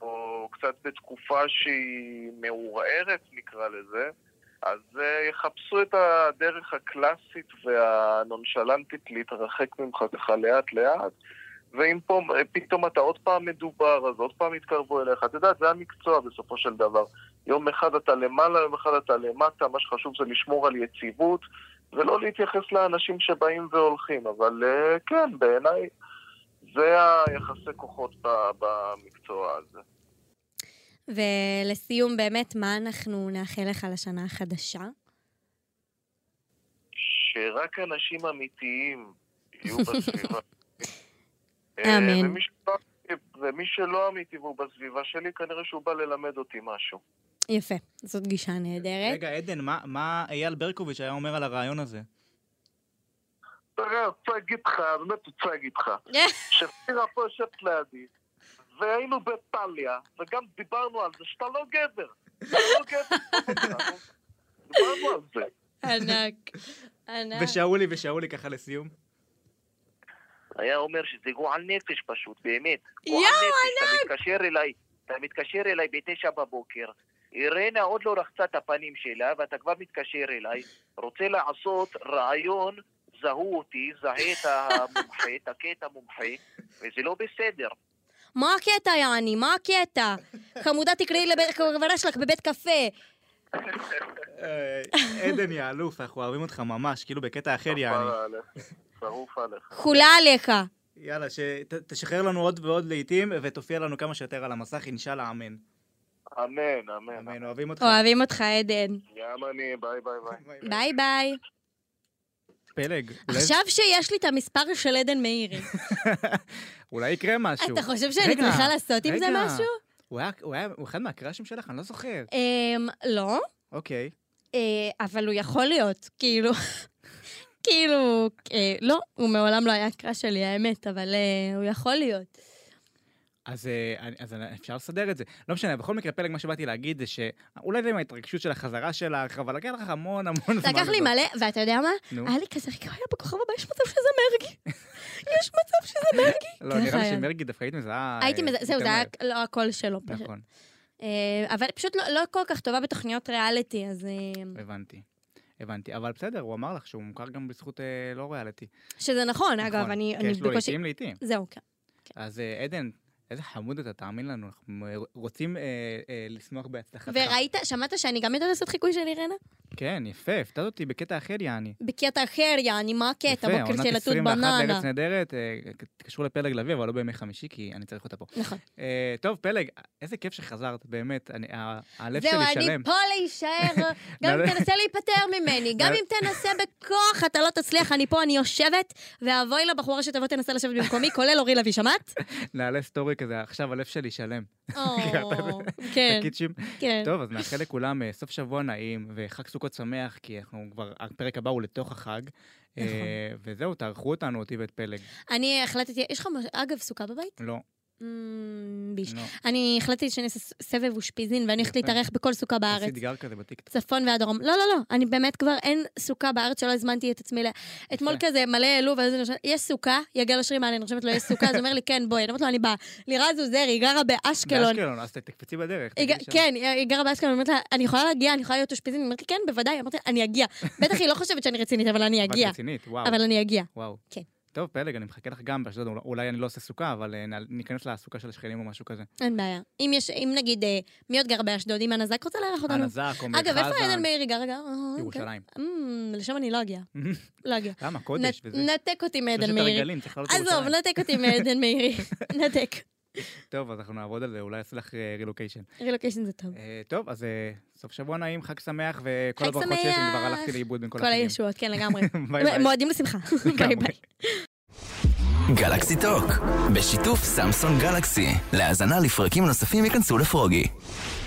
D: או קצת בתקופה שהיא מעורערת, נקרא לזה, אז אה, יחפשו את הדרך הקלאסית והנונשלנטית להתרחק ממך ככה לאט-לאט. ואם פה אה, פתאום אתה עוד פעם מדובר, אז עוד פעם יתקרבו אליך. את יודעת, זה המקצוע בסופו של דבר. יום אחד אתה למעלה, יום אחד אתה למטה, מה שחשוב זה לשמור על יציבות, ולא להתייחס לאנשים שבאים והולכים. אבל אה, כן, בעיניי, זה היחסי כוחות ב- במקצוע הזה.
B: ולסיום, באמת, מה אנחנו נאחל לך לשנה החדשה?
D: שרק אנשים אמיתיים יהיו בסביבה. אה,
B: אמן.
D: ומי שלא- ומי שלא אמיתי והוא בסביבה שלי, כנראה שהוא בא ללמד אותי משהו.
B: יפה, זאת גישה נהדרת.
A: רגע, עדן, מה- מה אייל ברקוביץ' היה אומר על הרעיון הזה?
D: אתה יודע, אני רוצה להגיד לך, באמת רוצה להגיד לך, שפירה פה יושבת לידי, והיינו בטליה, וגם דיברנו על זה שאתה לא גבר. אתה לא גבר. דיברנו על זה.
B: [laughs] ענק, ענק.
A: ושאולי ושאולי ככה לסיום.
D: היה אומר שזה גועל נפש פשוט, באמת.
B: יואו,
D: גועל נפש, אתה מתקשר אליי, אתה מתקשר אליי בתשע בבוקר, אירנה עוד לא רחצה את הפנים שלה, ואתה כבר מתקשר אליי, רוצה לעשות רעיון, זהו אותי, זהה את המומחה, תכה את המומחה, וזה לא בסדר.
B: מה הקטע, יעני? מה הקטע? חמודה תקראי לחברה שלך בבית קפה.
A: אה, עדן, יא אלוף, אנחנו אוהבים אותך ממש, כאילו בקטע אחר, יעני.
D: כפרה עליך, שרוף עליך.
B: חולה עליך.
A: יאללה, שתשחרר לנו עוד ועוד לעיתים, ותופיע לנו כמה שיותר על המסך, אינשאללה, אמן.
D: אמן, אמן.
A: אמן, אוהבים אותך.
B: אוהבים אותך, עדן.
D: ים אני, ביי ביי ביי.
A: ביי, ביי.
B: ביי ביי.
A: פלג, אולי-
B: עכשיו שיש לי את המספר של עדן מאירי,
A: [laughs] אולי יקרה משהו.
B: אתה חושב שאני
A: רגע,
B: צריכה לעשות עם זה
A: רגע.
B: משהו?
A: הוא היה- הוא היה הוא אחד מהקראשים שלך? אני לא זוכר.
B: אמ, לא,
A: אוקיי.
B: אה, אבל הוא יכול להיות, כאילו... [laughs] כאילו, אה, לא, הוא מעולם לא היה קראש שלי, האמת, אבל אה, הוא יכול להיות.
A: אז, אה, אני- אז אני- אפשר לסדר את זה. לא משנה, בכל מקרה, פלג, מה שבאתי להגיד זה שאולי זה עם ההתרגשות של החזרה שלך, אבל לקח לך המון המון זמן.
B: לקח לי
A: לזאת.
B: מלא, אה, ואתה יודע מה?
A: נו,
B: היה לי כזה רגע, היה בכוכב הבא, יש מצב שזה
A: [laughs]
B: מרגי. יש מצב שזה מרגי.
A: לא, נראה לי
B: ככה היה.
A: שמרגי דווקא היית מזהה... אה,
B: הייתי מזה, זהו,
A: יותר
B: זה היה
A: מהר.
B: לא הקול שלו. פשוט.
A: נכון,
B: אה, אבל פשוט לא- לא כל כך טובה בתוכניות ריאליטי, אז... אה,
A: הבנתי. אה, הבנתי. אבל בסדר, הוא אמר לך שהוא מוכר גם בזכות אה, לא ריאליטי.
B: שזה נכון, אגב,
A: נכון.
B: אני
A: כי
B: אני
A: יש לו לעיתים לעיתים.
B: זהו, כן.
A: אז אה, עדן, איזה חמוד אתה, תאמין לנו, אנחנו אה, רוצים אה, אה, לשמוח בהצלחתך.
B: וראית, שמעת שאני גם יודעת לעשות חיקוי של אירנה?
A: כן, יפה, הפתעת אותי בקטע אחר, יעני.
B: בקטע אחר, יעני, מה הקטע?
A: יפה,
B: כן, בוקר של
A: עונת
B: לתות
A: 21
B: בננה.
A: לארץ נהדרת, אה, קשור לפלג לביא, אבל לא בימי חמישי, כי אני צריך אותה פה.
B: נכון.
A: אה, טוב, פלג, איזה כיף שחזרת, באמת, אני- ה- הלב
B: זהו,
A: שלי שלם. לא,
B: אני פה
A: [laughs]
B: להישאר, גם אם
A: נעלה-
B: תנסה להיפטר ממני,
A: לא.
B: גם אם תנסה בכוח, אתה לא תצליח, אני פה, אני יושבת, ואבוי לבחורה שתבוא תנסה לשבת במקומי, כולל אורי לוי,
A: [laughs]
B: שמעת?
A: נעלה סטורי כזה, עכשיו הלב שלי שלם.
B: או, כן,
A: תקיצ'ים.
B: כן.
A: טוב, אז נאחל לכולם אה, סוף שבוע נעים וחג סוכות שמח, כי אנחנו כבר, הפרק הבא הוא לתוך החג. אה,
B: נכון.
A: וזהו, תערכו אותנו, אותי ואת פלג.
B: אני החלטתי, יש לך, מש- אגב, סוכה בבית?
A: לא,
B: Mm, ביש.
A: לא.
B: אני החלטתי שאני אעשה ס- סבב אושפיזין, ואני הולכת
A: יפה.
B: להתארח בכל סוכה בארץ.
A: עשית גר כזה בטיקטוק.
B: צפון ועד דרום. לא, לא, לא, אני באמת כבר, אין סוכה בארץ שלא הזמנתי את עצמי ל... אתמול
A: יפה.
B: כזה מלא העלו, ואז אני חושבת, יש סוכה? יגל אשרי מעלה, אני חושבת לו, יש סוכה? אז הוא אומר לי, כן, בואי. אני אומרת לו, אני באה. לירז עוזרי, היא גרה באשקלון.
A: באשקלון, אז ת- תקפצי בדרך.
B: היא ג-
A: תגידי שלום.
B: כן, היא היא גרה באשקלון, היא אומרת לה, אני יכולה להגיע, אני יכולה להיות אושפיזין? היא אומרת לי, כן, בוודאי. אמרתי, אני אגיע. בטח היא לא חושבת שאני רצינית, אבל אני
A: אבל
B: אגיע.
A: רצינית, וואו.
B: אבל אני אגיע.
A: וואו.
B: כן.
A: טוב, פלג, אני מחכה לך גם באשדוד, אולי- אולי אני לא עושה סוכה, אבל אה, נעל- ניכנס לסוכה של השכנים או משהו כזה.
B: אין בעיה. אם יש, אם נגיד, אה, מי עוד גר באשדוד? אם אנה זק רוצה לארח אותנו?
A: אנה זק, או
B: אגב,
A: מיכל
B: איפה
A: זן.
B: עדן מאירי גרה? גרה?
A: אה, ירושלים.
B: כן. אמ, לשם אני
A: [laughs]
B: לא אגיע. לא אגיע.
A: למה? קודש
B: נ-
A: וזה.
B: נתק אותי מעדן
A: שלושת
B: מאירי.
A: הרגלים, צריך לעלות
B: עזוב,
A: לירושלים.
B: נתק אותי
A: [laughs]
B: מעדן מאירי. נתק.
A: טוב, אז אנחנו נעבוד על זה, אולי אעשה לך אה, רילוקיישן.
B: רילוקיישן זה טוב.
A: טוב, אז אה, סוף שבוע נעים, חג שמח, וכל
B: חג
A: הברכות שיש לי, כבר
B: שמח.
A: הלכתי לאיבוד בין כל
B: כל
A: החגים.
B: הישועות, כן, לגמרי.
A: [laughs] ביי ביי.
B: מועדים לשמחה. ביי ביי.
C: גלקסי טוק, בשיתוף סמסון גלקסי. להאזנה לפרקים נוספים ייכנסו לפרוגי.